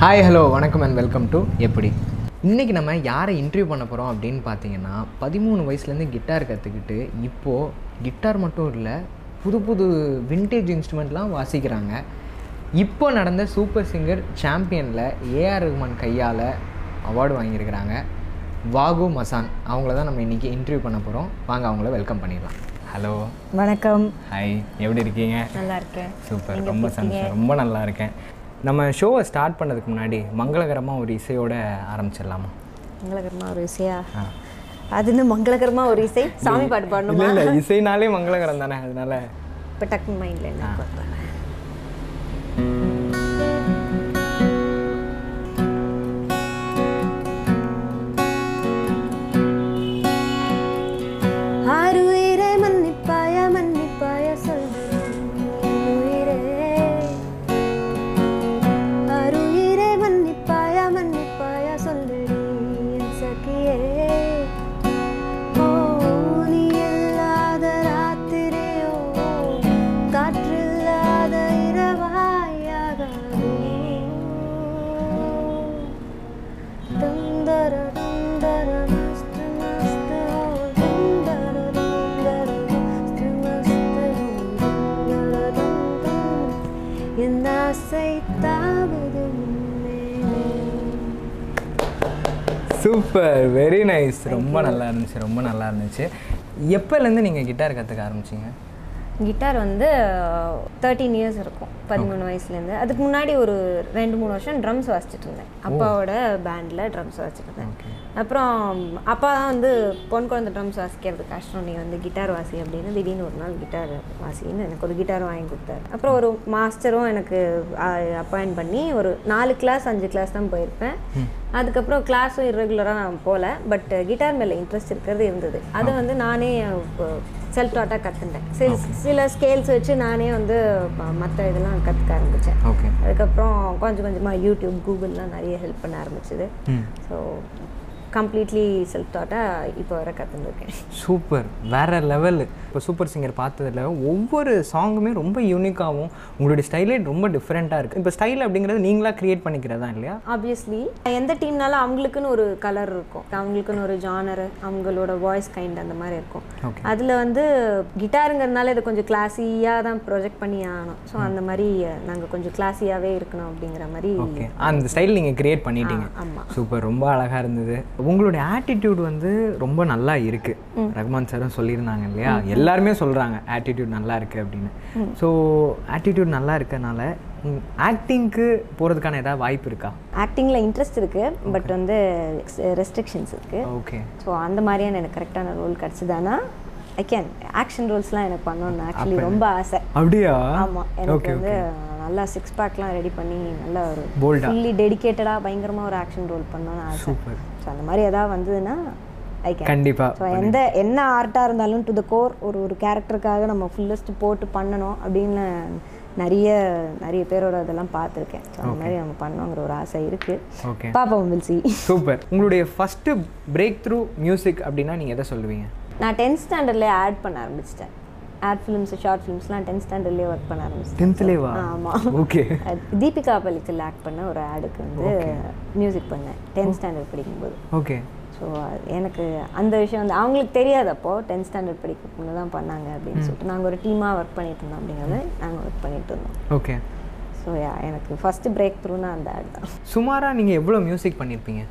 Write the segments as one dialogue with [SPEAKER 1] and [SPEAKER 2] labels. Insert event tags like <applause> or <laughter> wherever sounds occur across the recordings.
[SPEAKER 1] Hi hello வணக்கம் and welcome to எப்படி இன்றைக்கி நம்ம யாரை இன்டர்வியூ பண்ண போகிறோம் அப்படின்னு பார்த்தீங்கன்னா பதிமூணு வயசுலேருந்து கிட்டார் கற்றுக்கிட்டு இப்போது கிட்டார் மட்டும் இல்லை புது புது விண்டேஜ் இன்ஸ்ட்ருமெண்ட்லாம் வாசிக்கிறாங்க இப்போ நடந்த சூப்பர் சிங்கர் சாம்பியனில் ஏஆர் ரகுமான் கையால் அவார்டு வாங்கியிருக்கிறாங்க வாகு மசான் அவங்கள தான் நம்ம இன்றைக்கி இன்டர்வியூ பண்ண போகிறோம் வாங்க அவங்கள வெல்கம் பண்ணிடலாம் ஹலோ
[SPEAKER 2] வணக்கம்
[SPEAKER 1] ஹாய் எப்படி இருக்கீங்க
[SPEAKER 2] நல்லா இருக்கேன்
[SPEAKER 1] சூப்பர் ரொம்ப சந்தோஷம் ரொம்ப நல்லா இருக்கேன் நம்ம ஷோவை ஸ்டார்ட் பண்ணதுக்கு முன்னாடி மங்களகரமாக ஒரு இசையோட ஆரம்பிச்சிடலாமா
[SPEAKER 2] மங்களகரமாக ஒரு இசையா
[SPEAKER 1] ஆ.
[SPEAKER 2] அது இன்னும் மங்களகரமாக ஒரு இசை சாமி பாட்டு பாடணுமா
[SPEAKER 1] இல்லை இல்லை இசைனாலே மங்களகரம் தானே அதனால
[SPEAKER 2] இப்போ டக்கு மைண்டில் என்ன ஆறு உயிரே மன்னிப்பாயா மன்னிப்பாயா சொல்கிறேன் என் உயிரே ஆறு உயிரே மன்னிப்பாயா மன்னிப்பாயா சொல்கிறேன் என் சகியே ஓ நீ இல்லாத ராத்திரையோ காற்றில்லாத இரவாயாகாதே தந்தர தந்தர மஸ்து மஸ்து ஓ தந்தர தந்தர மஸ்து மஸ்து ஓ தந்தர தந்தர என் ஆசை தாவுது முன்னே
[SPEAKER 1] சூப்பர் வெரி நைஸ் ரொம்ப நல்லா இருந்துச்சு ரொம்ப நல்லா இருந்துச்சு எப்போலேருந்து நீங்கள் கிட்டார் கற்றுக்க ஆரம்பிச்சீங்க
[SPEAKER 2] கிட்டார் வந்து தேர்ட்டீன் இயர்ஸ் இருக்கும் பதிமூணு வயசுலேருந்து அதுக்கு முன்னாடி ஒரு ரெண்டு மூணு வருஷம் ட்ரம்ஸ் வாசிச்சுட்டு இருந்தேன் அப்பாவோட பேண்டில் ட்ரம்ஸ் வாசிச்சுட்டு இருந்தேன் அப்புறம் அப்பா தான் வந்து பொன் குழந்தை ட்ரம்ஸ் வாசிக்கிறது கஷ்டம் நீ வந்து கிட்டார் வாசி அப்படின்னு திடீர்னு ஒரு நாள் கிட்டார் வாசின்னு எனக்கு ஒரு கிட்டார் வாங்கி கொடுத்தாரு அப்புறம் ஒரு மாஸ்டரும் எனக்கு அப்பாயின் பண்ணி ஒரு நாலு கிளாஸ் அஞ்சு கிளாஸ் தான் போயிருப்பேன் அதுக்கப்புறம் கிளாஸும் இரெகுலராக நான் போகல பட் கிட்டார் மேலே இன்ட்ரெஸ்ட் இருக்கிறது இருந்தது அதை வந்து நானே செல்ஃப் டாட்டாக கற்றுட்டேன் சில சில ஸ்கேல்ஸ் வச்சு நானே வந்து மற்ற இதெல்லாம் கற்றுக்க ஆரம்பித்தேன்
[SPEAKER 1] ஓகே
[SPEAKER 2] அதுக்கப்புறம் கொஞ்சம் கொஞ்சமாக யூடியூப் கூகுள்லாம் நிறைய ஹெல்ப் பண்ண ஆரம்பிச்சது ஸோ கம்ப்ளீட்லி செல்ஃப் டாட்டாக இப்போ வர கற்றுருக்கேன்
[SPEAKER 1] சூப்பர் வேற லெவல் இப்போ சூப்பர் சிங்கர் பார்த்ததுல ஒவ்வொரு சாங்குமே ரொம்ப யூனிக்காகவும் உங்களுடைய ஸ்டைலே ரொம்ப டிஃப்ரெண்ட்டாக இருக்குது இப்போ ஸ்டைல் அப்படிங்கிறது நீங்களா கிரியேட் பண்ணிக்கிறதா இல்லையா
[SPEAKER 2] ஆப்வியஸ்லி எந்த டீம்னாலும் அவங்களுக்குன்னு ஒரு கலர் இருக்கும் அவங்களுக்குன்னு ஒரு ஜானர் அவங்களோட வாய்ஸ் கைண்ட் அந்த மாதிரி இருக்கும்
[SPEAKER 1] Okay.
[SPEAKER 2] அதில் வந்து கிட்டாருங்கிறதுனால இதை கொஞ்சம் கிளாஸியாக தான் ப்ரொஜெக்ட் பண்ணி ஆகணும் ஸோ அந்த மாதிரி நாங்கள் கொஞ்சம் கிளாஸியாகவே இருக்கணும் அப்படிங்கிற மாதிரி
[SPEAKER 1] ஓகே அந்த ஸ்டைல் நீங்கள் கிரியேட் பண்ணிட்டீங்க
[SPEAKER 2] ஆமாம்
[SPEAKER 1] சூப்பர் ரொம்ப அழகாக இருந்தது உங்களுடைய ஆட்டிடியூட் வந்து ரொம்ப நல்லா இருக்குது ரகுமான் சாரும் சொல்லியிருந்தாங்க இல்லையா எல்லாருமே சொல்கிறாங்க ஆட்டிடியூட் நல்லா இருக்குது அப்படின்னு ஸோ ஆட்டிடியூட் நல்லா இருக்கனால ஆக்டிங்க்கு போகிறதுக்கான ஏதாவது வாய்ப்பு இருக்கா
[SPEAKER 2] ஆக்டிங்கில் இன்ட்ரெஸ்ட் இருக்குது பட் வந்து ரெஸ்ட்ரிக்ஷன்ஸ் இருக்குது
[SPEAKER 1] ஓகே
[SPEAKER 2] ஸோ அந்த மாதிரியான எனக்கு கரெக்டான ரோல் கிடச்சிதானா ஐ கேன் ஆக்ஷன் ரோல்ஸ்லாம் எனக்கு பண்ணணும்னு ஆக்சுவலி ரொம்ப ஆசை
[SPEAKER 1] அப்படியா
[SPEAKER 2] ஆமாம் எனக்கு
[SPEAKER 1] Okay,
[SPEAKER 2] வந்து நல்லா சிக்ஸ் பேக்லாம் ரெடி பண்ணி நல்லா ஒரு
[SPEAKER 1] போல்டா
[SPEAKER 2] ஃபுல்லி டெடிகேட்டடாக பயங்கரமாக ஒரு ஆக்ஷன் ரோல் பண்ணணும்னு ஆசை
[SPEAKER 1] சூப்பர்
[SPEAKER 2] ஸோ அந்த மாதிரி எதாவது வந்ததுன்னா ஐ கேன் ஸோ
[SPEAKER 1] கண்டிப்பாக
[SPEAKER 2] எந்த என்ன ஆர்ட்டாக இருந்தாலும் டு த கோர் ஒரு ஒரு கேரக்டருக்காக நம்ம ஃபுல்லஸ்ட் போட்டு பண்ணணும் அப்படின்னு நிறைய நிறைய பேரோட இதெல்லாம் பார்த்துருக்கேன் ஸோ அந்த மாதிரி நம்ம பண்ணணுங்கிற ஒரு ஆசை இருக்குது
[SPEAKER 1] ஓகே
[SPEAKER 2] பாப்போம் வில் see
[SPEAKER 1] சூப்பர் உங்களுடைய ஃபஸ்ட்டு பிரேக் த்ரூ மியூசிக் அப்படின்னா நீங்கள் எதை சொல்லுவீங்க
[SPEAKER 2] நான் டென்த் ஸ்டாண்டர்ட்லேயே ஆட் பண்ண ஆரம்பிச்சிட்டேன் ஆட் ஃபிலிம்ஸ் ஷார்ட் ஃபிலிம்ஸ்லாம் டென்த் ஸ்டாண்டர்ட்லேயே ஒர்க் பண்ண ஆரம்பிச்சிட்டேன்
[SPEAKER 1] டென்த்லேவா
[SPEAKER 2] ஆமாம்
[SPEAKER 1] ஓகே
[SPEAKER 2] தீபிகா பலிக்கல் ஆக்ட் பண்ண ஒரு ஆடுக்கு வந்து மியூசிக் பண்ணேன் டென்த் ஸ்டாண்டர்ட் படிக்கும்போது
[SPEAKER 1] ஓகே
[SPEAKER 2] ஸோ எனக்கு அந்த விஷயம் வந்து அவங்களுக்கு தெரியாது அப்போ டென்த் ஸ்டாண்டர்ட் படிக்க பொண்ணு தான் பண்ணாங்க அப்படின்னு
[SPEAKER 1] Hmm.
[SPEAKER 2] சொல்லிட்டு நாங்கள் ஒரு டீமாக ஒர்க் பண்ணிட்டு இருந்தோம் அப்படிங்கிறத நாங்கள் ஒர்க் பண்ணிட்டு இருந்தோம்
[SPEAKER 1] ஓகே
[SPEAKER 2] ஸோ எனக்கு ஃபஸ்ட்டு பிரேக் த்ரூனா அந்த ஆட் தான்
[SPEAKER 1] சுமாராக நீங்கள் எவ்வளோ மியூசிக் பண்ணியிருப்பீங்க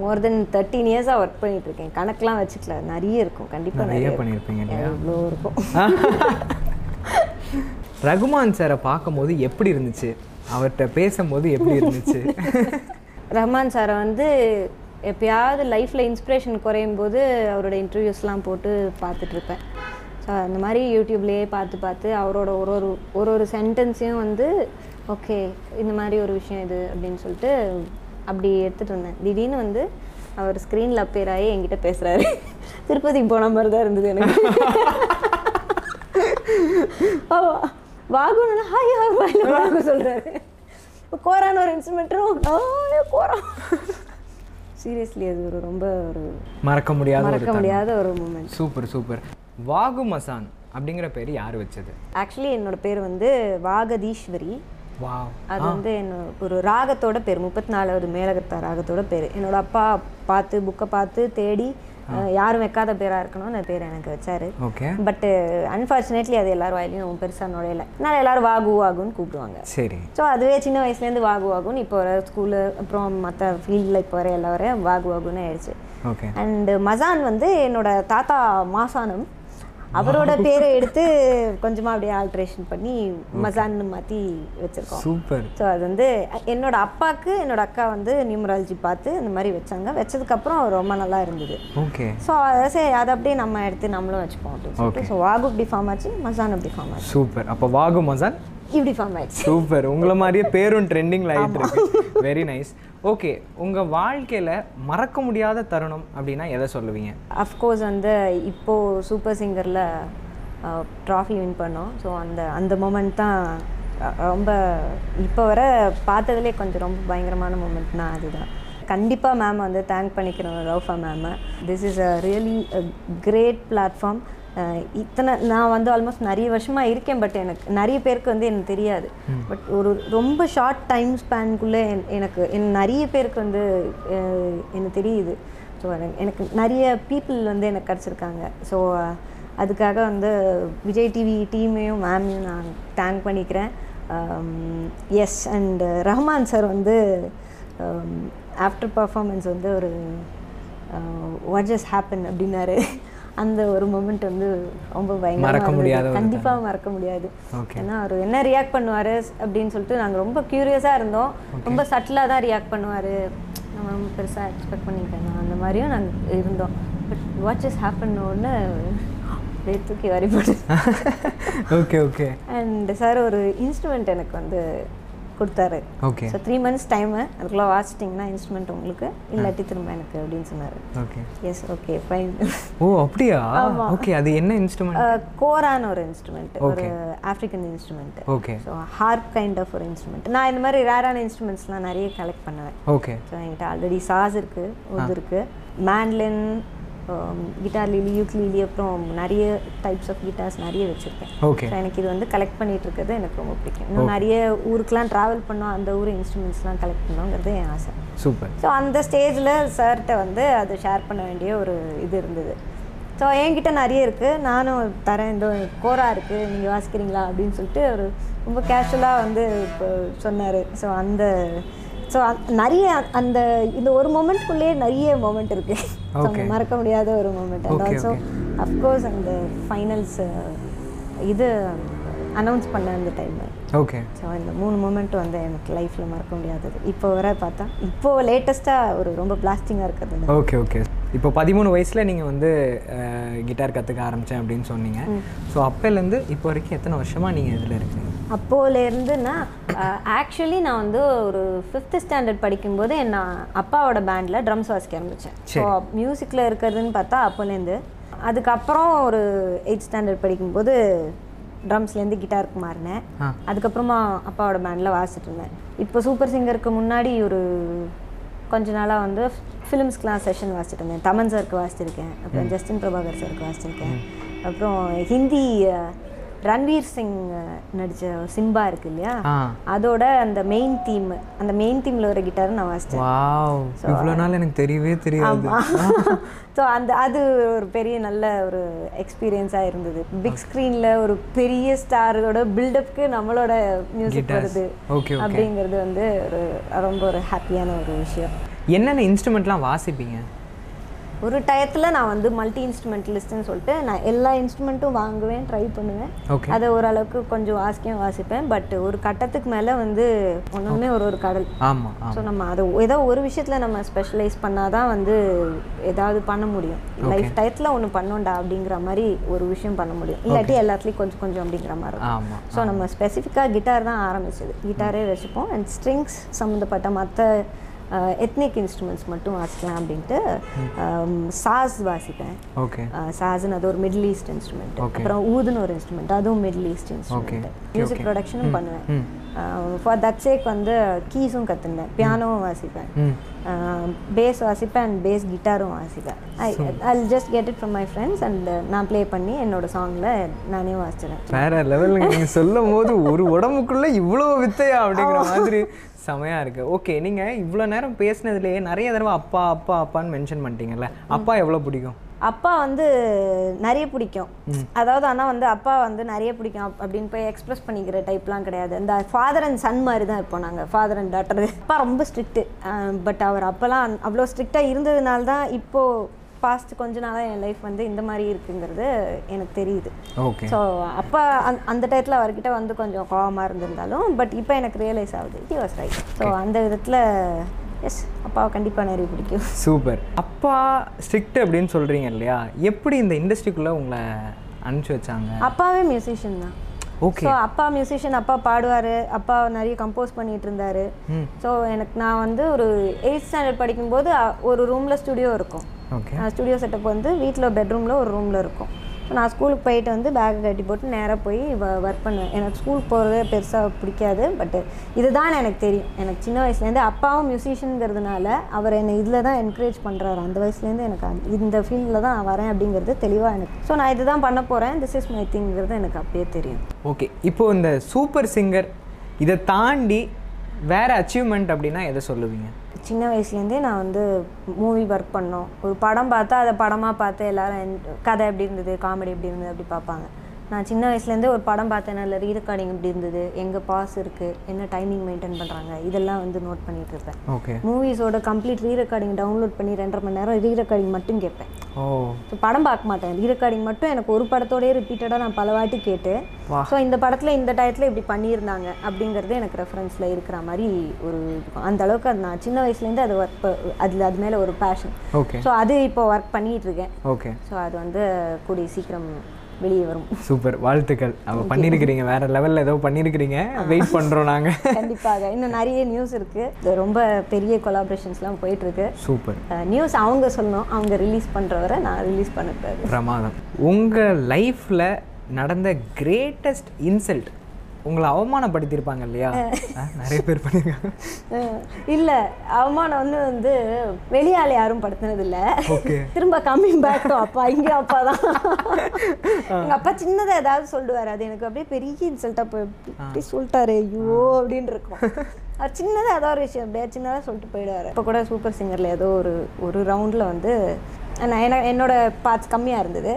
[SPEAKER 2] மோர் தென் தேர்ட்டீன் இயர்ஸாக ஒர்க் பண்ணிட்டு இருக்கேன் கணக்கெலாம் வச்சுக்கல நிறைய இருக்கும் கண்டிப்பாக
[SPEAKER 1] நிறைய பண்ணியிருப்பீங்க இல்லையா
[SPEAKER 2] எவ்வளோ இருக்கும் <laughs>
[SPEAKER 1] ரகுமான் சாரை பார்க்கும்போது எப்படி இருந்துச்சு அவர்கிட்ட பேசும்போது எப்படி இருந்துச்சு
[SPEAKER 2] ரஹ்மான் சாரை வந்து எப்பயாவது லைஃப்பில் இன்ஸ்பிரேஷன் குறையும் போது அவரோட இன்டர்வியூஸ்லாம் போட்டு பார்த்துட்டு இருப்பேன் ஸோ அந்த மாதிரி யூடியூப்லேயே பார்த்து பார்த்து அவரோட ஒரு ஒரு ஒரு ஒரு சென்டென்ஸையும் வந்து ஓகே இந்த மாதிரி ஒரு விஷயம் இது அப்படின்னு சொல்லிட்டு அப்படி எடுத்துகிட்டு இருந்தேன் திடீர்னு வந்து அவர் ஸ்க்ரீனில் அப்பேர் ஆகி என்கிட்ட பேசுகிறாரு திருப்பதி போன மாதிரி தான் இருந்தது எனக்கு வாகுன்னு ஹாய் ஹாய் வாகு சொல்கிறாரு கோரான்னு ஒரு இன்ஸ்ட்ருமெண்ட்டும் கோரா சீரியஸ்லி அது ஒரு ரொம்ப ஒரு
[SPEAKER 1] மறக்க முடியாத ஒரு
[SPEAKER 2] மறக்க முடியாத ஒரு மூமெண்ட்
[SPEAKER 1] சூப்பர் சூப்பர் வாகு மசான் அப்படிங்கிற பேர் யார் வச்சது
[SPEAKER 2] ஆக்சுவலி என்னோட பேர் வந்து வாகதீஸ்வரி
[SPEAKER 1] வா
[SPEAKER 2] அது வந்து என்ன ஒரு ராகத்தோட பேர் முப்பத்தி நாலாவது மேலகத்தா ராகத்தோட பேர் என்னோட அப்பா பார்த்து புக்கை பார்த்து தேடி அஹ், யாரும் வைக்காத பேராக இருக்கணும்னு அந்த பேர் எனக்கு வச்சாரு
[SPEAKER 1] ஓகே
[SPEAKER 2] பட் அன்ஃபார்ச்சுனேட்லி அது எல்லாரும் வாயிலையும் பெருசாக நுழையல அதனால எல்லாரும் வாகு வாகுன்னு கூப்பிடுவாங்க
[SPEAKER 1] சரி
[SPEAKER 2] ஸோ அதுவே சின்ன வயசுலேருந்து வாகு வாகுன்னு இப்போ வர ஸ்கூலு அப்புறம் மற்ற ஃபீல்டில் இப்போ வர எல்லா வர வாகு வாகுன்னு ஆயிடுச்சு
[SPEAKER 1] ஓகே
[SPEAKER 2] அண்டு மசான் வந்து என்னோட தாத்தா மாசானம் அவரோட பேரை எடுத்து கொஞ்சமாக அப்படியே ஆல்ட்ரேஷன் பண்ணி மசான்னு மாற்றி வச்சுருக்கோம்
[SPEAKER 1] சூப்பர்
[SPEAKER 2] ஸோ அது வந்து அ- என்னோட அப்பாவுக்கு என்னோட அக்கா வந்து நியூமராலஜி பார்த்து இந்த மாதிரி வச்சாங்க வச்சதுக்கப்புறம் ரொம்ப நல்லா இருந்தது
[SPEAKER 1] ஓகே
[SPEAKER 2] ஸோ சரி அதை அப்படியே நம்ம எடுத்து நம்மளும் வச்சுப்போம் அப்படின்னு சொல்லிட்டு ஸோ வாகு இப்படி ஃபார்ம் ஆச்சு மசான் இப்படி ஃபார்ம் ஆச்சு
[SPEAKER 1] சூப்பர் அப்போ வாகு மசான்
[SPEAKER 2] இப்படி ஃபார்ம் ஆயிடுச்சு
[SPEAKER 1] சூப்பர் உங்களை மாதிரியே பேரும் ட்ரெண்டிங்கில் ஆகிட்டு இருக்கு வெரி நைஸ் ஓகே உங்கள் வாழ்க்கையில் மறக்க முடியாத தருணம் அப்படின்னா எதை சொல்லுவீங்க
[SPEAKER 2] அஃப்கோர்ஸ் வந்து இப்போது சூப்பர் சிங்கரில் ட்ராஃபி வின் பண்ணோம் ஸோ அந்த அந்த மூமெண்ட் தான் அ- ரொம்ப இப்போ வர பார்த்ததுலே கொஞ்சம் ரொம்ப பயங்கரமான மூமெண்ட்னா அதுதான் கண்டிப்பாக மேம் வந்து தேங்க் பண்ணிக்கிறோம் ரவுஃபா மேமை this is a really great platform இத்தனை நான் வந்து ஆல்மோஸ்ட் நிறைய வருஷமாக இருக்கேன் பட் எனக்கு நிறைய பேருக்கு வந்து எனக்கு தெரியாது பட் ஒரு ரொம்ப ஷார்ட் டைம் ஸ்பேனுக்குள்ளே எனக்கு என் நிறைய பேருக்கு வந்து அஹ், எனக்கு தெரியுது ஸோ எனக்கு நிறைய பீப்புள் வந்து எனக்கு கிடச்சிருக்காங்க ஸோ அதுக்காக வந்து விஜய் டிவி டீமையும் மேமையும் நான் தேங்க் பண்ணிக்கிறேன் Um, yes and Rahman sir வந்து ஆஃப்டர் பர்ஃபார்மன்ஸ் வந்து ஒரு uh, வாட் ஜஸ் ஹேப்பன் அப்படின்னாரு <laughs> அந்த ஒரு மூமெண்ட் வந்து ரொம்ப
[SPEAKER 1] மறக்க முடியாத
[SPEAKER 2] பயங்கரமாக
[SPEAKER 1] ஒரு
[SPEAKER 2] கண்டிப்பாக மறக்க முடியாது
[SPEAKER 1] Okay.
[SPEAKER 2] ஏன்னா அவர் என்ன ரியாக்ட் பண்ணுவார் அப்படின்னு சொல்லிட்டு நாங்கள் ரொம்ப க்யூரியஸாக இருந்தோம் ரொம்ப சட்டிலாக தான் ரியாக்ட் பண்ணுவார் நம்ம ரொம்ப பெருசாக எக்ஸ்பெக்ட் பண்ணிக்கலாம் அந்த மாதிரியும் நாங்கள் இருந்தோம் பட் வாட்சஸ் இஸ் ஹேப்பன் ஒன்று அப்படியே தூக்கி வரி போட்டு
[SPEAKER 1] ஓகே ஓகே
[SPEAKER 2] அண்ட் சார் ஒரு இன்ஸ்ட்ருமெண்ட் எனக்கு வந்து கொடுத்தாரு
[SPEAKER 1] okay
[SPEAKER 2] so three months time அதுக்குள்ளே வாசிட்டிங்கன்னா இன்ஸ்ட்ருமெண்ட் உங்களுக்கு இல்லாட்டி திரும்ப எனக்கு அப்படின்னு சொன்னார்
[SPEAKER 1] ஓகே
[SPEAKER 2] எஸ் ஓகே <laughs> ஃபைன்
[SPEAKER 1] ஓ அப்படியா ஓகே அது என்ன இன்ஸ்ட்ருமெண்ட்
[SPEAKER 2] கோரான ஒரு இன்ஸ்ட்ருமெண்ட் ஒரு
[SPEAKER 1] Okay.
[SPEAKER 2] African instrument
[SPEAKER 1] okay
[SPEAKER 2] so harp kind of ஒரு இன்ஸ்ட்ருமெண்ட் நான் இந்த மாதிரி ரேரான இன்ஸ்ட்ருமெண்ட்ஸ்லாம் நிறைய கலெக்ட் பண்ணுவேன்
[SPEAKER 1] ஓகே
[SPEAKER 2] ஸோ என்கிட்ட ஆல்ரெடி சாஸ் இருக்குது உது இருக்குது மேண்ட்லின் um, கிட்டார் லீலி யூக் லீலி அப்புறம் நிறைய டைப்ஸ் ஆஃப் கிட்டார்ஸ் நிறைய வச்சுருக்கேன்
[SPEAKER 1] ஓகே
[SPEAKER 2] ஸோ எனக்கு இது வந்து கலெக்ட் பண்ணிட்டு இருக்கிறது எனக்கு ரொம்ப பிடிக்கும் இன்னும் நிறைய ஊருக்குலாம் ட்ராவல் பண்ணோம் அந்த ஊர் இன்ஸ்ட்ருமெண்ட்ஸ்லாம் கலெக்ட் பண்ணோங்கிறது என் ஆசை
[SPEAKER 1] சூப்பர்
[SPEAKER 2] ஸோ அந்த ஸ்டேஜில் சார்கிட்ட வந்து அது ஷேர் பண்ண வேண்டிய ஒரு இது இருந்தது ஸோ என்கிட்ட நிறைய இருக்குது நானும் தரேன் இந்த கோரா இருக்குது நீங்கள் வாசிக்கிறீங்களா அப்படின்னு சொல்லிட்டு ஒரு ரொம்ப கேஷுவலாக வந்து இப்போ சொன்னார் ஸோ அந்த ஸோ நிறைய அந்த இந்த ஒரு மொமெண்ட்குள்ளேயே நிறைய மொமெண்ட் இருக்குது
[SPEAKER 1] Okay.
[SPEAKER 2] மறக்க முடியாத ஒரு moment and
[SPEAKER 1] Okay,
[SPEAKER 2] also of course அந்த ஃபைனல்ஸ் இது அனௌன்ஸ் பண்ண அந்த டைமில்
[SPEAKER 1] ஓகே
[SPEAKER 2] ஸோ இந்த மூணு மூமெண்ட் வந்து எனக்கு லைஃப்பில் மறக்க முடியாதது இப்போ வர பார்த்தா இப்போ லேட்டஸ்ட்டாக ஒரு ரொம்ப பிளாஸ்டிங்காக இருக்கிறது இந்த-
[SPEAKER 1] ஓகே ஓகே இப்போ பதிமூணு வயசில் நீங்கள் வந்து கிட்டார் கற்றுக்க ஆரம்பித்தேன் அப்படின்னு சொன்னீங்க ஸோ அப்போலேருந்து இப்போ வரைக்கும் எத்தனை வருஷமாக நீங்கள் இதில் இருக்கீங்க
[SPEAKER 2] அப்போல இருந்துன்னா ஆக்சுவலி நான் வந்து ஒரு ஃபிஃப்த் ஸ்டாண்டர்ட் படிக்கும்போது நான் அப்பாவோட பேண்டில் ட்ரம்ஸ் வாசிக்க ஆரம்பித்தேன் ஸோ மியூசிக்கில் இருக்கிறதுன்னு பார்த்தா அப்போலேருந்து அதுக்கப்புறம் ஒரு எயிட் ஸ்டாண்டர்ட் படிக்கும்போது ட்ரம்ஸ்லேருந்து கிட்டாருக்கு மாறினேன்
[SPEAKER 1] ஆ.
[SPEAKER 2] அதுக்கப்புறமா அப்பாவோட பேண்டில் வாசிட்டு இருந்தேன் இப்போ சூப்பர் சிங்கருக்கு முன்னாடி ஒரு கொஞ்ச நாளாக வந்து ஃபிலிம்ஸ்க்குலாம் செஷன் வாசிட்டு இருந்தேன் தமன் சாருக்கு வாசிச்சிருக்கேன் அப்புறம் ஜஸ்டின் பிரபாகர் சாருக்கு வாசிச்சிருக்கேன் அப்புறம் ஹிந்தி அஹ், ரன்வீர் சிங் அஹ், நடிச்ச ஒரு சிம்பா இருக்கு இல்லையா
[SPEAKER 1] ஆ
[SPEAKER 2] அதோட அந்த மெயின் தீம் அந்த மெயின் தீமில் வர கிட்டார் நான்
[SPEAKER 1] <laughs>
[SPEAKER 2] வாசித்தேன்
[SPEAKER 1] வாவ் இவ்வளோ நாள் எனக்கு தெரியவே தெரியாது
[SPEAKER 2] ஸோ அந்த அது ஒரு பெரிய நல்ல ஒரு எக்ஸ்பீரியன்ஸாக இருந்தது பிக் ஸ்க்ரீனில் ஒரு பெரிய ஸ்டாரோட பில்டப்க்கு நம்மளோட மியூசிக் வருது
[SPEAKER 1] ஓகே
[SPEAKER 2] அப்படிங்கிறது வந்து ஒரு ரொம்ப ஒரு ஹாப்பியான ஒரு விஷயம்
[SPEAKER 1] என்னென்ன இன்ஸ்ட்ருமெண்ட்லாம் வாசிப்பீங்க
[SPEAKER 2] ஒரு டயத்தில் நான் வந்து மல்டி இன்ஸ்ட்ருமெண்டலிஸ்ட்னு சொல்லிட்டு நான் எல்லா இன்ஸ்ட்ருமெண்ட்டும் வாங்குவேன் ட்ரை பண்ணுவேன்
[SPEAKER 1] ஓகே
[SPEAKER 2] அதை ஓரளவுக்கு கொஞ்சம் வாசிக்கவும் வாசிப்பேன் பட் ஒரு கட்டத்துக்கு மேலே வந்து ஒன்றுமே ஒரு ஒரு கடல்
[SPEAKER 1] ஆமாம் ஆமாம்
[SPEAKER 2] ஸோ நம்ம அதை ஏதோ ஒரு விஷயத்தில் நம்ம ஸ்பெஷலைஸ் பண்ணால் தான் வந்து ஏதாவது பண்ண முடியும் லைஃப் டயத்தில் ஒன்று பண்ணோண்டா அப்படிங்கிற மாதிரி ஒரு விஷயம் பண்ண முடியும் இல்லாட்டி எல்லாத்துலேயும் கொஞ்சம் கொஞ்சம் அப்படிங்கிற மாதிரி இருக்கும்
[SPEAKER 1] ஆமாம்
[SPEAKER 2] ஸோ நம்ம ஸ்பெசிஃபிக்காக கிட்டார் தான் ஆரம்பிச்சது கிட்டாரே வச்சுப்போம் அண்ட் ஸ்ட்ரிங்ஸ் சம்மந்தப்பட்ட மற்ற எத்னிக் இன்ஸ்ட்ருமெண்ட்ஸ் மட்டும் வாசிக்கலாம் அப்படின்ட்டு சாஸ் வாசிப்பேன்
[SPEAKER 1] ஓகே
[SPEAKER 2] சாஸ்ன்னு அது ஒரு மிடில் ஈஸ்ட் இன்ஸ்ட்ருமெண்ட்
[SPEAKER 1] Okay.
[SPEAKER 2] அப்புறம் ஊதுன்னு ஒரு இன்ஸ்ட்ருமெண்ட் அதுவும் middle east instrument
[SPEAKER 1] Okay.
[SPEAKER 2] Music ப்ரொடக்ஷனும் பண்ணுவேன் ஃபார் தட் சேக் வந்து கீஸும் கற்றுந்தேன் பியானோவும் வாசிப்பேன்
[SPEAKER 1] ம்
[SPEAKER 2] பேஸ் வாசிப்பேன் அண்ட் பேஸ் கிட்டாரும் வாசிப்பேன் I I just get it from my friends and நான் ப்ளே பண்ணி என்னோட சாங்கில் நானே வாசிச்சிடுவேன்
[SPEAKER 1] வேற லெவலுங்க நீங்க சொல்லும் போது ஒரு உடம்புக்குள்ள இவ்வளோ வித்தையா அப்படிங்கிற மாதிரி செமையா இருக்கு ஓகே நீங்க இவ்வளோ நேரம் பேசினதுலயே நிறைய தடவை அப்பா அப்பா அப்பான்னு மென்ஷன் பண்ணிட்டீங்கல்ல அப்பா எவ்வளோ பிடிக்கும்
[SPEAKER 2] அப்பா வந்து நிறைய பிடிக்கும் அதாவது ஆனால் வந்து அப்பா வந்து நிறைய பிடிக்கும் அப்~ அப்படின்னு போய் எக்ஸ்பிரஸ் பண்ணிக்கிற டைப்லாம் கிடையாது இந்த ஃபாதர் அண்ட் சன் மாதிரி தான் இருப்போம் நாங்கள் ஃபாதர் அண்ட் டாட்டர் அப்பா ரொம்ப ஸ்ட்ரிக்ட்டு பட் அவர் அப்போல்லாம் அவ்வளோ ஸ்ட்ரிக்டாக இருந்ததுனால தான் இப்போது பாஸ்ட் கொஞ்ச நாளாக என் லைஃப் வந்து இந்த மாதிரி இருக்குங்கிறது எனக்கு தெரியுது
[SPEAKER 1] ஓகே
[SPEAKER 2] ஸோ அப்பா அந் அந்த டயத்தில் அவர்கிட்ட வந்து கொஞ்சம் கோவமாக இருந்திருந்தாலும் பட் இப்போ எனக்கு ரியலைஸ் ஆகுது ஹி வாஸ் ரைட் ஸோ அந்த விதத்தில் எஸ் அப்பாவை கண்டிப்பாக நிறைய பிடிக்கும்
[SPEAKER 1] சூப்பர் அப்பா ஸ்ட்ரிக்ட் அப்படின்னு சொல்றீங்க இல்லையா எப்படி இந்த இண்டஸ்ட்ரிக்குள்ள உங்களை அனுப்பிச்சு வச்சாங்க
[SPEAKER 2] அப்பாவே மியூசிஷியன் தான்
[SPEAKER 1] ஓகே
[SPEAKER 2] ஸோ அப்பா மியூசிஷியன் அப்பா பாடுவார் அப்பா நிறைய கம்போஸ் பண்ணிட்டு இருந்தாரு ஸோ எனக்கு நான் வந்து ஒரு எயிட் ஸ்டாண்டர்ட் படிக்கும்போது அ- ஒரு ரூமில் ஸ்டுடியோ இருக்கும்
[SPEAKER 1] ஓகே
[SPEAKER 2] ஸ்டுடியோ செட்டப் வந்து வீட்டில் பெட்ரூமில் ஒரு ரூமில் இருக்கும் So, நான் ஸ்கூலுக்கு போயிட்டு வந்து பேக் கட்டி போட்டு நேராக போய் ஒர்க் பண்ணுவேன் எனக்கு ஸ்கூலுக்கு போகிறதே பெருசாக பிடிக்காது பட் இதுதான் எனக்கு தெரியும் எனக்கு சின்ன வயசுலேருந்து அப்பாவும் மியூசிஷியனுங்கிறதுனால அவர் என்னை இதில் தான் என்கரேஜ் பண்ணுறாரு அந்த வயசுலேருந்து எனக்கு அந்த- இந்த ஃபீல்டில் தான் நான் வரேன் அப்படிங்கிறது தெளிவாக எனக்கு ஸோ நான் இதுதான் பண்ண போகிறேன் திஸ் இஸ் மை திங்கிறது எனக்கு அப்பயே தெரியும்
[SPEAKER 1] ஓகே இப்போ இந்த சூப்பர் சிங்கர் இதை தாண்டி வேற அச்சீவ்மெண்ட் அப்படின்னா எதை சொல்லுவீங்க
[SPEAKER 2] சின்ன வயசுலேருந்தே நான் வந்து மூவி ஒர்க் பண்ணோம் ஒரு படம் பார்த்தா அதை படமாக பார்த்து எல்லாரும் en- கதை எப்படி இருந்தது காமெடி எப்படி இருந்தது அப்படி பார்ப்பாங்க நான் சின்ன வயசுலேருந்தே ஒரு படம் பார்த்தேன் அதில் ரீரெக்கார்டிங் எப்படி இருந்தது எங்கே பாஸ் இருக்குது என்ன டைமிங் மெயின்டைன் பண்ணுறாங்க இதெல்லாம் வந்து நோட் பண்ணிட்டு இருப்பேன்
[SPEAKER 1] ஓகே
[SPEAKER 2] மூவிஸோட கம்ப்ளீட் ரீரெக்கார்டிங் டவுன்லோட் பண்ணி ரெண்டரை மணி நேரம் ரீரெக்கார்டிங் மட்டும் கேட்பேன்
[SPEAKER 1] ஓ
[SPEAKER 2] ஸோ படம் பார்க்க மாட்டேன் ரீரெக்கார்டிங் மட்டும் எனக்கு ஒரு படத்தோடயே ரிப்பீட்டடாக நான் பல வாட்டி கேட்டு
[SPEAKER 1] வா.
[SPEAKER 2] ஸோ இந்த படத்தில் இந்த டயத்தில் இப்படி பண்ணியிருந்தாங்க அப்படிங்கிறது எனக்கு ரெஃபரன்ஸில் இருக்கிற மாதிரி ஒரு இருக்கும் அந்த அளவுக்கு அது நான் சின்ன வயசுலேருந்து அது ஒர்க் அதில் அது மேலே ஒரு பேஷன்
[SPEAKER 1] ஓகே
[SPEAKER 2] ஸோ அது இப்போ ஒர்க் பண்ணிட்டு இருக்கேன்
[SPEAKER 1] ஓகே
[SPEAKER 2] ஸோ அது வந்து கூடிய சீக்கிரம் வெளியே வரும்
[SPEAKER 1] சூப்பர் வாழ்த்துக்கள் அவ பண்ணியிருக்கிறீங்க வேற லெவல்ல ஏதோ பண்ணியிருக்கிறீங்க வெயிட் பண்றோம் நாங்க
[SPEAKER 2] கண்டிப்பாக இன்னும் நிறைய நியூஸ் இருக்குது ரொம்ப பெரிய கொலாபரேஷன்ஸ்லாம் போயிட்டுருக்கு
[SPEAKER 1] சூப்பர்
[SPEAKER 2] நியூஸ் அவங்க சொல்லணும் அவங்க ரிலீஸ் பண்ணுறவரை நான் ரிலீஸ் பண்ணக்கூடாது
[SPEAKER 1] பிரமாதம் உங்க லைஃப்ல நடந்த கிரேட்டஸ்ட் இன்சல்ட் உங்களை அவமானப்படுத்தியிருப்பாங்க இல்லையா ஆ, நிறைய பேர் பண்ணியிருக்காங்க
[SPEAKER 2] இல்லை அவமானம் வந்து வந்து வெளியால் யாரும் படுத்தினது இல்லை
[SPEAKER 1] ஓகே
[SPEAKER 2] திரும்ப கம்மிங் பேக் அப்பா இங்கே அப்பா தான் எங்கள் அப்பா சின்னதாக ஏதாவது சொல்லுவார் அது எனக்கு அப்படியே பெரிய இன்சல்ட்டாக போய் இப்படி- இப்படி சொல்லிட்டாரு ஐயோ அப்படின்னு இருக்கும் அது சின்னதாக ஏதோ ஒரு விஷயம் அப்படியே சின்னதாக சொல்லிட்டு போயிடுவார் இப்போ கூட சூப்பர் சிங்கரில் ஏதோ ஒரு ஒரு ரவுண்டில் வந்து நான் என்ன என்னோட பார்ட்ஸ் கம்மியாக இருந்தது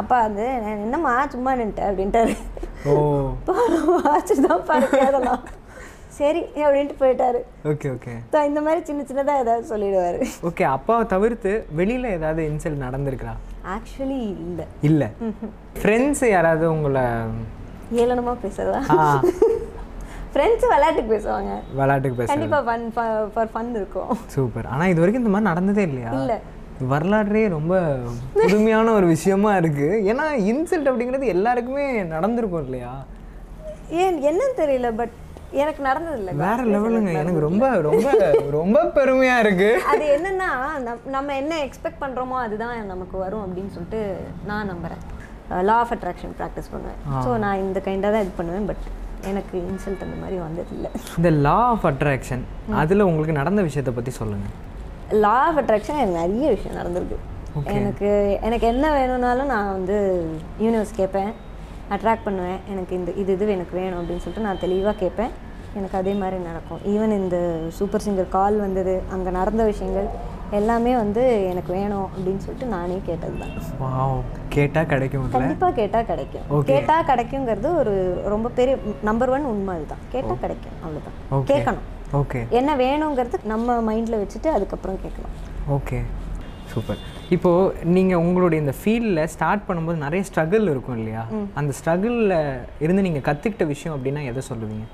[SPEAKER 2] அப்பா வந்து "என்ன- என்னம்மா சும்மா நின்ட்டேன் அப்படின்ட்டாரு
[SPEAKER 1] ஓ
[SPEAKER 2] வாட்சு தான் பார்க்கலாம் சரி அப்படின்ட்டு போயிட்டாரு
[SPEAKER 1] ஓகே ஓகே
[SPEAKER 2] ஸோ இந்த மாதிரி சின்ன சின்னதாக ஏதாவது சொல்லிடுவாரு
[SPEAKER 1] ஓகே அப்பாவை தவிர்த்து வெளியில ஏதாவது இன்சல்ட் நடந்திருக்கா
[SPEAKER 2] ஆக்சுவலி இல்லை
[SPEAKER 1] இல்ல ஃப்ரெண்ட்ஸ் யாராவது உங்களை
[SPEAKER 2] ஏளனமாக பேசுறதா <laughs>
[SPEAKER 1] ஆ,
[SPEAKER 2] ஃப்ரெண்ட்ஸ் விளையாட்டுக்கு பேசுவாங்க
[SPEAKER 1] விளையாட்டுக்கு பேச
[SPEAKER 2] கண்டிப்பாக ஃபன் ஃபார் ஃபன் இருக்கும்
[SPEAKER 1] சூப்பர் ஆனா இது வரைக்கும் இந்த மாதிரி நடந்ததே இல்லையா
[SPEAKER 2] இல்ல.
[SPEAKER 1] வரலாற்றே ரொம்ப புதுமையான ஒரு விஷயமா இருக்கு ஏன்னா இன்சல்ட் அப்படிங்கிறது எல்லாருக்குமே நடந்திருக்கும் இல்லையா
[SPEAKER 2] ஏன் என்னன்னு தெரியல பட் எனக்கு நடந்தது இல்லை
[SPEAKER 1] வேற லெவலுங்க எனக்கு ரொம்ப ரொம்ப ரொம்ப பெருமையா இருக்கு
[SPEAKER 2] அது என்னன்னா நம்- நம்ம என்ன எக்ஸ்பெக்ட் பண்றோமோ அதுதான் நமக்கு வரும் அப்படின்னு சொல்லிட்டு நான் நம்புறேன் லா ஆஃப் அட்ராக்ஷன் ப்ராக்டிஸ் பண்ணுவேன் ஸோ நான் இந்த கைண்டாக தான் இது பண்ணுவேன் பட் எனக்கு இன்சல்ட் அந்த மாதிரி வந்ததில்லை
[SPEAKER 1] இந்த லா ஆஃப் அட்ராக்ஷன் அதுல உங்களுக்கு நடந்த விஷயத்தை பத்தி சொல்லுங்க
[SPEAKER 2] லா ஆஃப் அட்ராக்ஷன் எனக்கு நிறைய விஷயம் நடந்திருக்கு எனக்கு எனக்கு என்ன வேணும்னாலும் நான் வந்து யூனிவர்ஸ் கேட்பேன் அட்ராக்ட் பண்ணுவேன் எனக்கு இந்த இது இது எனக்கு வேணும் அப்படின்னு சொல்லிட்டு நான் தெளிவாக கேட்பேன் எனக்கு அதே மாதிரி நடக்கும் ஈவன் இந்த சூப்பர் சிங்கர் கால் வந்தது அங்கே நடந்த விஷயங்கள் எல்லாமே வந்து எனக்கு வேணும் அப்படின்னு சொல்லிட்டு நானே கேட்டது தான்
[SPEAKER 1] வாவ் கேட்டா கிடைக்கும் இல்ல
[SPEAKER 2] கண்டிப்பாக கேட்டால் கிடைக்கும் கேட்டால் கிடைக்குங்கிறது ஒரு ரொம்ப பெரிய நம்பர் ஒன் உண்மை அதுதான் கேட்டால் கிடைக்கும் அவ்வளோதான்
[SPEAKER 1] ஓகே
[SPEAKER 2] கேட்கணும்
[SPEAKER 1] ஓகே
[SPEAKER 2] என்ன வேணுங்கிறது நம்ம மைண்டில் வச்சுட்டு அதுக்கப்புறம் கேட்கணும்
[SPEAKER 1] ஓகே சூப்பர் இப்போ நீங்க உங்களுடைய இந்த ஃபீல்டில் ஸ்டார்ட் பண்ணும்போது நிறைய ஸ்ட்ரகிள் இருக்கும் இல்லையா அந்த ஸ்ட்ரகிளில் இருந்து நீங்க கத்துக்கிட்ட விஷயம் அப்படின்னா எதை சொல்லுவீங்க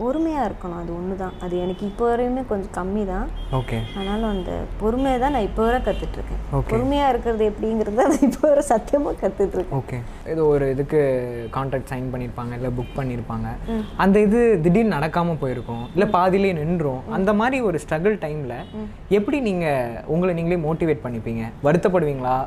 [SPEAKER 2] பொறுமையாக இருக்கணும் அது ஒன்று தான் அது எனக்கு இப்போ வரையுமே கொஞ்சம் கம்மி தான்
[SPEAKER 1] ஓகே
[SPEAKER 2] ஆனாலும் அந்த பொறுமையை தான் நான் இப்போ வரை கற்றுட்ருக்கேன்
[SPEAKER 1] Okay.
[SPEAKER 2] பொறுமையாக இருக்கிறது எப்படிங்கிறது அதை இப்போ வரை சத்தியமாக கற்றுட்ருக்கேன்
[SPEAKER 1] ஓகே இது ஒரு இதுக்கு கான்ட்ராக்ட் சைன் பண்ணியிருப்பாங்க இல்லை புக் பண்ணியிருப்பாங்க அந்த இது திடீர்னு நடக்காமல் போயிருக்கும் இல்லை பாதியிலே நின்றோம் அந்த மாதிரி ஒரு ஸ்ட்ரகிள் டைமில் எப்படி நீங்கள் உங்களை நீங்களே மோட்டிவேட் பண்ணிப்பீங்க வருத்தப்படுவீங்களா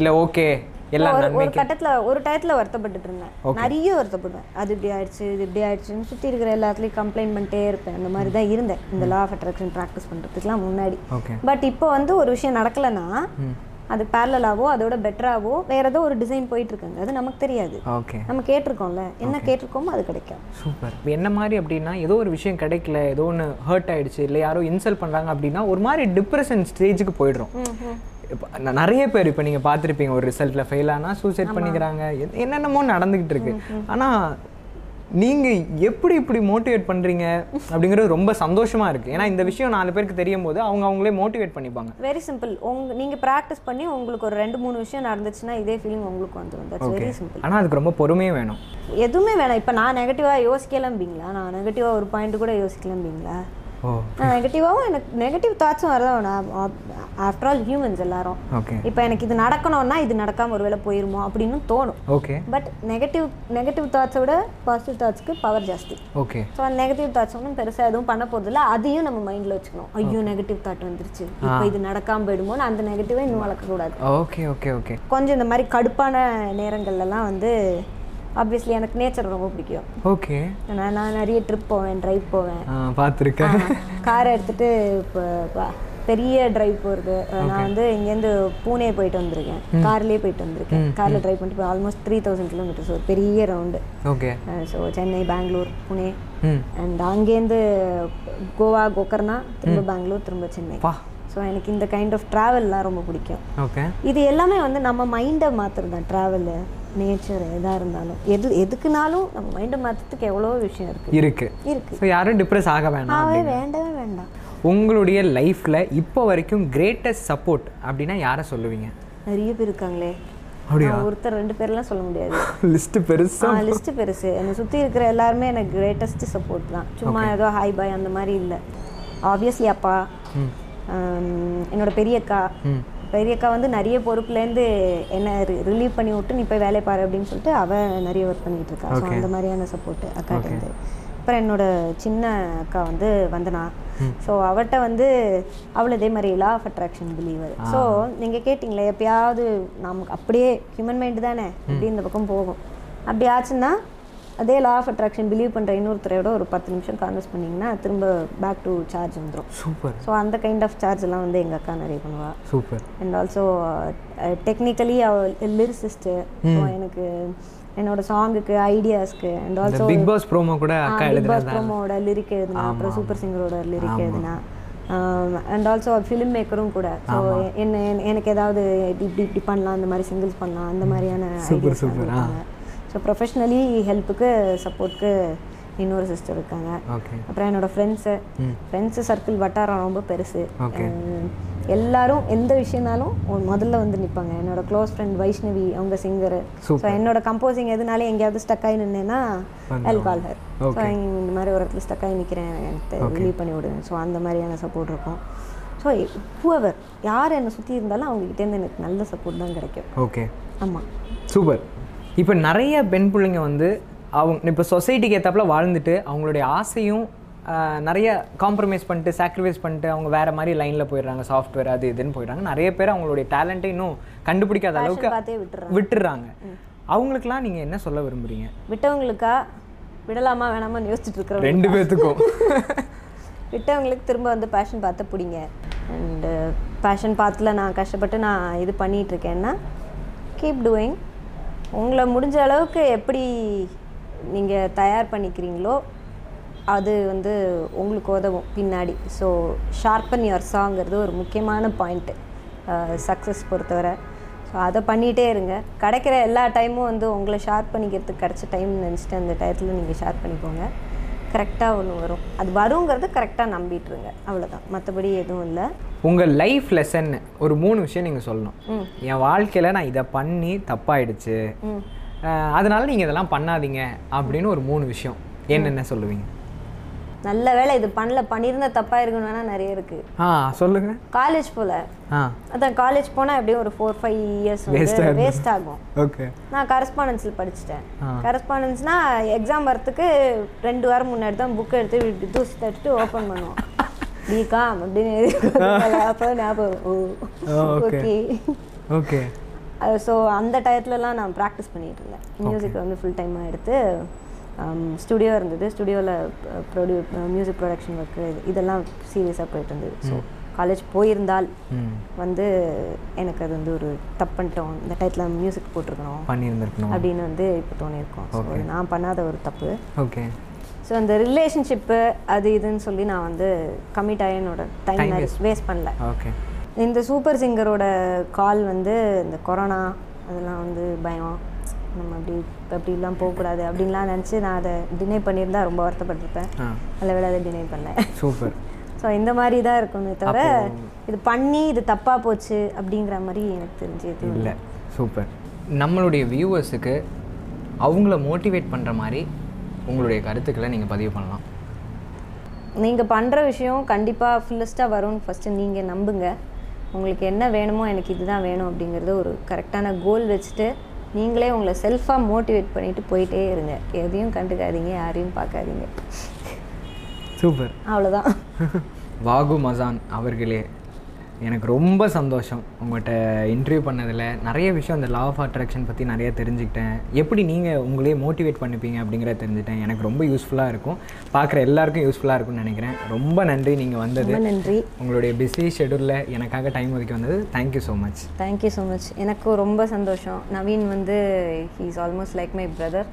[SPEAKER 1] இல்லை ஓகே எல்லாம்
[SPEAKER 2] ஒரு
[SPEAKER 1] நன்மை
[SPEAKER 2] ஒரு கட்டத்தில் ஒரு டயத்தில் வருத்தப்பட்டுட்டு இருந்தேன் நிறைய வருத்தப்படுவேன் அது இப்படி ஆயிடுச்சு இது இப்படி ஆயிடுச்சுன்னு சுற்றி இருக்கிற எல்லாத்துலேயும் கம்ப்ளைண்ட் பண்ணிட்டே இருப்பேன் அந்த மாதிரி தான் இருந்தேன் இந்த லா ஆஃப் அட்ராக்ஷன் ப்ராக்டிஸ் பண்ணுறதுக்குலாம் முன்னாடி
[SPEAKER 1] ஓகே
[SPEAKER 2] பட் இப்போ வந்து ஒரு விஷயம் நடக்கலைன்னா அது பேரலாவோ அதோட பெட்டராகவோ வேற ஏதோ ஒரு டிசைன் போயிட்டு இருக்குங்க அது நமக்கு தெரியாது
[SPEAKER 1] ஓகே
[SPEAKER 2] நம்ம கேட்டிருக்கோம்ல என்ன கேட்டிருக்கோமோ அது கிடைக்கும்
[SPEAKER 1] சூப்பர் என்ன மாதிரி அப்படின்னா ஏதோ ஒரு விஷயம் கிடைக்கல ஏதோ ஒன்று ஹர்ட் ஆயிடுச்சு இல்லை யாரோ இன்சல்ட் பண்ணுறாங்க அப்படின்னா ஒரு மாதிரி டிப்ரெஷன் ஸ்டேஜுக்கு போயிடுறோம் இப்ப ந- நிறைய பேர் இப்போ நீங்கள் பார்த்துருப்பீங்க ஒரு ரிசல்ட்டில் ஃபெயில் ஆனால் சூசைட் பண்ணிக்கிறாங்க என்- என்னென்னமோ நடந்துக்கிட்டு இருக்கு ஆனால் நீங்கள் எப்படி இப்படி மோட்டிவேட் பண்ணுறீங்க அப்படிங்கிறது ரொம்ப சந்தோஷமாக இருக்குது ஏன்னா இந்த விஷயம் நாலு பேருக்கு தெரியும் போது அவங்க அவங்களே மோட்டிவேட் பண்ணிப்பாங்க
[SPEAKER 2] வெரி சிம்பிள் உங்க நீங்க ப்ராக்டிஸ் பண்ணி உங்களுக்கு ஒரு ரெண்டு மூணு விஷயம் நடந்துச்சுன்னா இதே ஃபீலிங் உங்களுக்கு வந்துடும் தட்ஸ் வெரி சிம்பிள்
[SPEAKER 1] ஆனால் அதுக்கு ரொம்ப பொறுமையும் வேணும்
[SPEAKER 2] எதுவுமே வேணாம் இப்போ நான் நெகட்டிவாக யோசிக்கலம்பிங்களா நான் நெகட்டிவாக ஒரு பாயிண்ட் கூட யோசிக்கலம்பிங்களா
[SPEAKER 1] ஓ
[SPEAKER 2] நான் நெகட்டிவாகவும் எனக்கு நெகட்டிவ் தாட்ஸும் வரதான் வேணும் ஆஃப்டர் ஆல் ஹியூமன்ஸ் எல்லாரும்
[SPEAKER 1] ஓகே
[SPEAKER 2] இப்போ எனக்கு இது நடக்கணும்னா இது நடக்காமல் ஒருவேளை போயிருமோ அப்படின்னு தோணும்
[SPEAKER 1] ஓகே
[SPEAKER 2] பட் நெகட்டிவ் நெகட்டிவ் தாட்ஸை விட பாசிட்டிவ் தாட்ஸ்க்கு பவர் ஜாஸ்தி
[SPEAKER 1] ஓகே
[SPEAKER 2] ஸோ அந்த நெகட்டிவ் தாட்ஸ் ஒன்றும் பெருசாக எதுவும் பண்ண போகிறதில்ல அதையும் நம்ம மைண்டில் வச்சுக்கணும் ஐயோ நெகட்டிவ் தாட் வந்துருச்சு இப்போ இது நடக்காமல் போயிடுமோன்னு அந்த நெகட்டிவை இன்னும் வளர்க்கக்கூடாது
[SPEAKER 1] ஓகே ஓகே ஓகே
[SPEAKER 2] கொஞ்சம் இந்த மாதிரி கடுப்பான நேரங்கள்லலாம் வந்து ஆப்வியஸ்லி எனக்கு நேச்சர் ரொம்ப பிடிக்கும்
[SPEAKER 1] ஓகே
[SPEAKER 2] ஏன்னா நான் நிறைய ட்ரிப் போவேன் ட்ரைவ் போவேன்
[SPEAKER 1] பார்த்துருக்கேன்
[SPEAKER 2] காரை எடுத்துட்டு இப்போ ப- பெரிய ட்ரைவ் போகிறது நான் வந்து இங்கேருந்து பூனே போயிட்டு வந்திருக்கேன் கார்லேயே போயிட்டு வந்திருக்கேன் காரில் ட்ரைவ் பண்ணிட்டு ஆல்மோஸ்ட் த்ரீ தௌசண்ட் கிலோமீட்டர்ஸ் ஒரு பெரிய round
[SPEAKER 1] okay
[SPEAKER 2] so Chennai Bangalore Pune
[SPEAKER 1] ம்
[SPEAKER 2] அண்ட் அங்கேருந்து கோவா கோக்கர்னா திரும்ப பெங்களூர் திரும்ப சென்னை
[SPEAKER 1] பா
[SPEAKER 2] ஸோ எனக்கு இந்த கைண்ட் ஆஃப் ட்ராவல்லாம் ரொம்ப பிடிக்கும்
[SPEAKER 1] ஓகே
[SPEAKER 2] இது எல்லாமே வந்து நம்ம மைண்டை மாற்றுறது தான் ட்ராவலு நேச்சர் எதாக இருந்தாலும் எது எதுக்குனாலும் நம்ம மைண்டை மாற்றுறதுக்கு எவ்வளோ விஷயம் இருக்குது
[SPEAKER 1] இருக்கு
[SPEAKER 2] இருக்குது
[SPEAKER 1] ஸோ யாரும் டிப்ரெஸ் ஆக வேணாம்
[SPEAKER 2] ஆகவே வேண்டவே வேண்டாம்
[SPEAKER 1] உங்களுடைய லைஃப்ல இப்போ வரைக்கும் கிரேட்டஸ்ட் சப்போர்ட் அப்படின்னா யாரை சொல்லுவீங்க
[SPEAKER 2] நிறைய பேர் இருக்காங்களே
[SPEAKER 1] அப்படியா?
[SPEAKER 2] நான் ஒருத்தர் ரெண்டு பேர்லாம் சொல்ல முடியாது
[SPEAKER 1] லிஸ்ட் பெருசா
[SPEAKER 2] லிஸ்ட் பெருசு என்னை சுற்றி இருக்கிற எல்லாருமே எனக்கு கிரேட்டஸ்ட் சப்போர்ட் தான் சும்மா ஏதோ ஹாய் பாய் அந்த மாதிரி இல்லை ஆப்வியஸ்லி அப்பா ஆம், என்னோட பெரியக்கா பெரியக்கா வந்து நிறைய பொறுப்புலேருந்து என்ன ரிலீவ் பண்ணி விட்டு நீ போய் வேலையை பாரு அப்படின்னு சொல்லிட்டு அவன் நிறைய ஒர்க் பண்ணிட்டு இருக்கா ஸோ அந்த மாதிரியான சப்போர்ட் அக்காட்டேருந்து அப்புறம் என்னோட சின்ன அக்கா வந்து வந்தனா ஸோ அவட்ட வந்து அவள் இதே மாதிரி law of attraction believer so நீங்கள் கேட்டிங்களே எப்பயாவது நமக்கு அப்படியே ஹியூமன் மைண்டு தானே அப்படி இந்த பக்கம் போகும் அப்படி ஆச்சுன்னா அதே லா ஆஃப் அட்ராக்ஷன் பிலீவ் பண்ணுற இன்னொருத்தரோட ஒரு பத்து நிமிஷம் கான்வர்ஸ் பண்ணிங்கன்னா திரும்ப பேக் டு சார்ஜ் வந்துடும்
[SPEAKER 1] சூப்பர்
[SPEAKER 2] ஸோ அந்த கைண்ட் ஆஃப் சார்ஜ் எல்லாம் வந்து எங்கள் அக்கா நிறைய பண்ணுவா
[SPEAKER 1] super
[SPEAKER 2] and also uh, technically lyricist so எனக்கு என்னோட சாங்குக்கு ஐடியாஸ்க்கு அண்ட்
[SPEAKER 1] இந்த பிக் பாஸ் ப்ரோமோ கூட அக்கா
[SPEAKER 2] பிக் பாஸ் ப்ரோமோட லிரிக் எழுதுனா அப்புறம் சூப்பர் சிங்கரோட லிரிக் எழுதுனா um, அண்ட் ஆல்சோ ஃபிலிம் மேக்கரும் கூட ஸோ என்ன என்ன- எனக்கு ஏதாவது இப்படி இப்படி இப்படி பண்ணலாம் அந்த மாதிரி சிங்கிள்ஸ் பண்ணலாம் அந்த மாதிரியான ஐடியாஸ் இருக்காங்க ஸோ ப்ரொஃபஷ்னலி ஹெல்ப்புக்கு சப்போர்ட்க்கு இன்னொரு சிஸ்டர் இருக்காங்க
[SPEAKER 1] ஓகே
[SPEAKER 2] அப்புறம் என்னோட ஃப்ரெண்ட்ஸு ஃப்ரெண்ட்ஸு சர்க்கிள் வட்டாரம் ரொம்ப பெருசு
[SPEAKER 1] Okay.
[SPEAKER 2] அஹ் எல்லாரும் எந்த விஷயம்னாலும் ஒரு முதல்ல வந்து நிற்பாங்க என்னோட க்ளோஸ் ஃப்ரெண்ட் வைஷ்ணவி அவங்க சிங்கர் ஸோ என்னோட கம்போசிங் எதுனாலே எங்கேயாவது ஸ்டக் ஆகி நின்னேன்னா எல் கால் ஹர் ஸோ இந்த மாதிரி ஒரு இடத்துல ஸ்டக் ஆகி நிற்கிறேன் எனக்கு ரிலீவ் பண்ணி விடுங்க ஸோ அந்த மாதிரியான சப்போர்ட் இருக்கும் ஸோ ஹூவர் யார் என்னை சுற்றி இருந்தாலும் அவங்ககிட்டேருந்து எனக்கு நல்ல சப்போர்ட் தான் கிடைக்கும்
[SPEAKER 1] ஓகே
[SPEAKER 2] ஆமாம்
[SPEAKER 1] சூப்பர் இப்போ நிறைய பெண் பிள்ளைங்க வந்து அவங்க இப்போ சொசைட்டிக்கு ஏத்தாப்புல வாழ்ந்துட்டு அவங்களுடைய ஆசையும் ஆஹ், நிறைய காம்ப்ரமைஸ் பண்ணிட்டு சாக்ரிஃபைஸ் பண்ணிட்டு அவங்க வேற மாதிரி லைனில் போயிடுறாங்க சாஃப்ட்வேர் அது இதுன்னு போயிடுறாங்க நிறைய பேர் அவங்களுடைய டேலண்ட்டை இன்னும் கண்டுபிடிக்காத அளவுக்கு
[SPEAKER 2] பார்த்தே விட்டுறேன்
[SPEAKER 1] விட்டுறாங்க அவங்களுக்குலாம் நீங்கள் என்ன சொல்ல விரும்புறீங்க
[SPEAKER 2] விட்டவங்களுக்கா விடலாமா வேணாமான்னு யோசிச்சுட்டு இருக்கிற
[SPEAKER 1] ரெண்டு பேர்த்துக்கும்
[SPEAKER 2] விட்டவங்களுக்கு திரும்ப வந்து பேஷன் பார்த்து பிடிங்க அண்டு பேஷன் பார்த்துல நான் கஷ்டப்பட்டு நான் இது பண்ணிட்டு இருக்கேன்னா கீப் டூயிங் உங்களை முடிஞ்ச அளவுக்கு எப்படி நீங்கள் தயார் பண்ணிக்கிறீங்களோ அது வந்து உங்களுக்கு உதவும் பின்னாடி ஸோ ஷார்பன் யுவர் சாங்கிறது ஒரு முக்கியமான பாயிண்ட்டு சக்ஸஸ் பொறுத்தவரை ஸோ அதை பண்ணிகிட்டே இருங்க கிடைக்கிற எல்லா டைமும் வந்து உங்களை ஷேர் பண்ணிக்கிறதுக்கு கிடைச்ச டைம்னு நினச்சிட்டு அந்த டயத்தில் நீங்கள் ஷேர் பண்ணிக்கோங்க கரெக்டாக ஒன்று வரும் அது வருங்கிறது கரெக்டாக நம்பிட்டு இருங்க அவ்வளோதான் மற்றபடி எதுவும் இல்லை
[SPEAKER 1] உங்கள் லைஃப் லெசன் ஒரு மூணு விஷயம் நீங்கள் சொல்லணும் என் வாழ்க்கையில் நான் இதை பண்ணி தப்பாயிடுச்சு ஆஹ், அதனால நீங்கள் இதெல்லாம் பண்ணாதீங்க அப்படின்னு ஒரு மூணு விஷயம் என்னென்ன சொல்லுவீங்க
[SPEAKER 2] நல்ல வேளை இது பண்ணல பண்ணியிருந்தா தப்பாக இருக்குன்னு வேணால் நிறைய இருக்குது
[SPEAKER 3] ஆ சொல்லுங்க
[SPEAKER 2] காலேஜ் போல
[SPEAKER 3] ஆ
[SPEAKER 2] அதான் காலேஜ் போனால் எப்படியும் ஒரு ஃபோர் ஃபைவ் இயர்ஸ் வந்து வேஸ்ட் ஆகும்
[SPEAKER 3] ஓகே
[SPEAKER 2] நான் கரஸ்பாண்டன்ஸில் படிச்சுட்டேன் கரஸ்பாண்டன்ஸ்னால் எக்ஸாம் வரத்துக்கு ரெண்டு வாரம் முன்னாடி தான் புக் எடுத்து இப்படி தூசி தட்டிட்டு ஓப்பன் பண்ணுவோம் பிகாம் அப்படின்னு எழுதி கொடுத்தாங்க. அப்போ ஞாபகம் ஓ ஓகே
[SPEAKER 3] ஓகே
[SPEAKER 2] ஸோ அந்த டயத்துலலாம் நான் ப்ராக்டிஸ் பண்ணிட்டு இருந்தேன் மியூசிக் வந்து ஃபுல் டைமாக எடுத்து ஸ்டுடியோ இருந்தது uh, ஸ்டுடியோவில் ப்ரொடியூ மியூசிக் ப்ரொடக்ஷன் ஒர்க்கு இதெல்லாம் சீரியஸாக போயிட்டு இருந்தது ஸோ காலேஜ் போயிருந்தால் வந்து எனக்கு அது வந்து ஒரு தப்பு பண்ணிட்டோம் இந்த டயத்தில் மியூசிக் போட்டிருக்கணும்
[SPEAKER 1] பண்ணியிருந்திருக்கணும்
[SPEAKER 2] அப்படின்னு வந்து இப்போ தோணியிருக்கோம் ஸோ நான் பண்ணாத ஒரு தப்பு
[SPEAKER 1] ஓகே
[SPEAKER 2] ஸோ அந்த ரிலேஷன்ஷிப்பு அது இதுன்னு சொல்லி நான் வந்து கம்மிட் ஆகி என்னோட டைம் வேஸ்ட் பண்ணல
[SPEAKER 1] ஓகே
[SPEAKER 2] இந்த சூப்பர் சிங்கரோட கால் வந்து இந்த கொரோனா அதெல்லாம் வந்து பயம் நம்ம அப்படி அப்படிலாம் போகக்கூடாது அப்படின்லாம் நினச்சி நான் அதை டினை பண்ணியிருந்தா ரொம்ப வருத்தப்பட்டிருப்பேன்
[SPEAKER 1] ஆ
[SPEAKER 2] நல்ல வேளை அதை டினை பண்ணல
[SPEAKER 1] சூப்பர்
[SPEAKER 2] ஸோ இந்த மாதிரி தான் இருக்குமே தவிர இது பண்ணி இது தப்பாக போச்சு அப்படிங்கிற மாதிரி எனக்கு தெரிஞ்சு எதுவும் இல்லை
[SPEAKER 1] இல்லை சூப்பர் நம்மளுடைய வியூவர்ஸுக்கு அவங்கள மோட்டிவேட் பண்ணுற மாதிரி உங்களுடைய கருத்துக்களை நீங்கள் பதிவு பண்ணலாம்
[SPEAKER 2] நீங்கள் பண்ணுற விஷயம் கண்டிப்பாக ஃபுல்லஸ்ட்டாக வரும்னு ஃபஸ்ட்டு நீங்கள் நம்புங்க உங்களுக்கு என்ன வேணுமோ எனக்கு இதுதான் வேணும் அப்படிங்கிறது ஒரு கரெக்டான கோல் வச்சுட்டு நீங்களே உங்களை செல்ஃபாக மோட்டிவேட் பண்ணிட்டு போயிட்டே இருங்க எதையும் கண்டுக்காதீங்க யாரையும் பார்க்காதீங்க
[SPEAKER 3] சூப்பர்
[SPEAKER 2] அவ்வளோதான்
[SPEAKER 1] <laughs> வாகு மசான் அவர்களே எனக்கு ரொம்ப சந்தோஷம் உங்கள்கிட்ட இன்டர்வியூ பண்ணதில் நிறைய விஷயம் அந்த லா ஆஃப் அட்ராக்ஷன் பற்றி நிறைய தெரிஞ்சுக்கிட்டேன் எப்படி நீங்கள் உங்களையே மோட்டிவேட் பண்ணிப்பீங்க அப்படிங்கிறத தெரிஞ்சுட்டேன் எனக்கு ரொம்ப யூஸ்ஃபுல்லாக இருக்கும் பார்க்குற எல்லாருக்கும் யூஸ்ஃபுல்லாக இருக்கும்னு நினைக்கிறேன் ரொம்ப நன்றி நீங்கள் வந்தது
[SPEAKER 2] ரொம்ப நன்றி
[SPEAKER 1] உங்களுடைய பிஸி ஷெடியூலில் எனக்காக டைம் ஒதுக்கி வந்தது thank you so much
[SPEAKER 2] thank you so much எனக்கும் ரொம்ப சந்தோஷம் நவீன் வந்து he is almost like my brother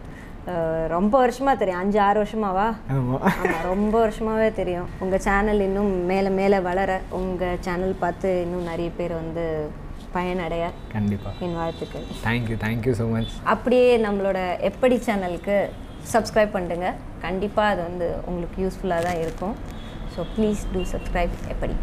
[SPEAKER 2] ரொம்ப வருஷமாக தெரியும் அஞ்சு ஆறு வருஷமாவா
[SPEAKER 1] ஆமாம்
[SPEAKER 2] ஆமாம் ரொம்ப வருஷமாகவே தெரியும் உங்கள் சேனல் இன்னும் மேலே மேலே வளர உங்கள் சேனல் பார்த்து இன்னும் நிறைய பேர் வந்து பயனடைய
[SPEAKER 1] கண்டிப்பாக
[SPEAKER 2] என் வாழ்த்துக்கள்
[SPEAKER 1] தேங்க்யூ தேங்க்யூ ஸோ மச்
[SPEAKER 2] அப்படியே நம்மளோட எப்படி சேனலுக்கு சப்ஸ்கிரைப் பண்ணுங்க கண்டிப்பாக அது வந்து உங்களுக்கு யூஸ்ஃபுல்லாக தான் இருக்கும் ஸோ ப்ளீஸ் டூ சப்ஸ்கிரைப் எப்படி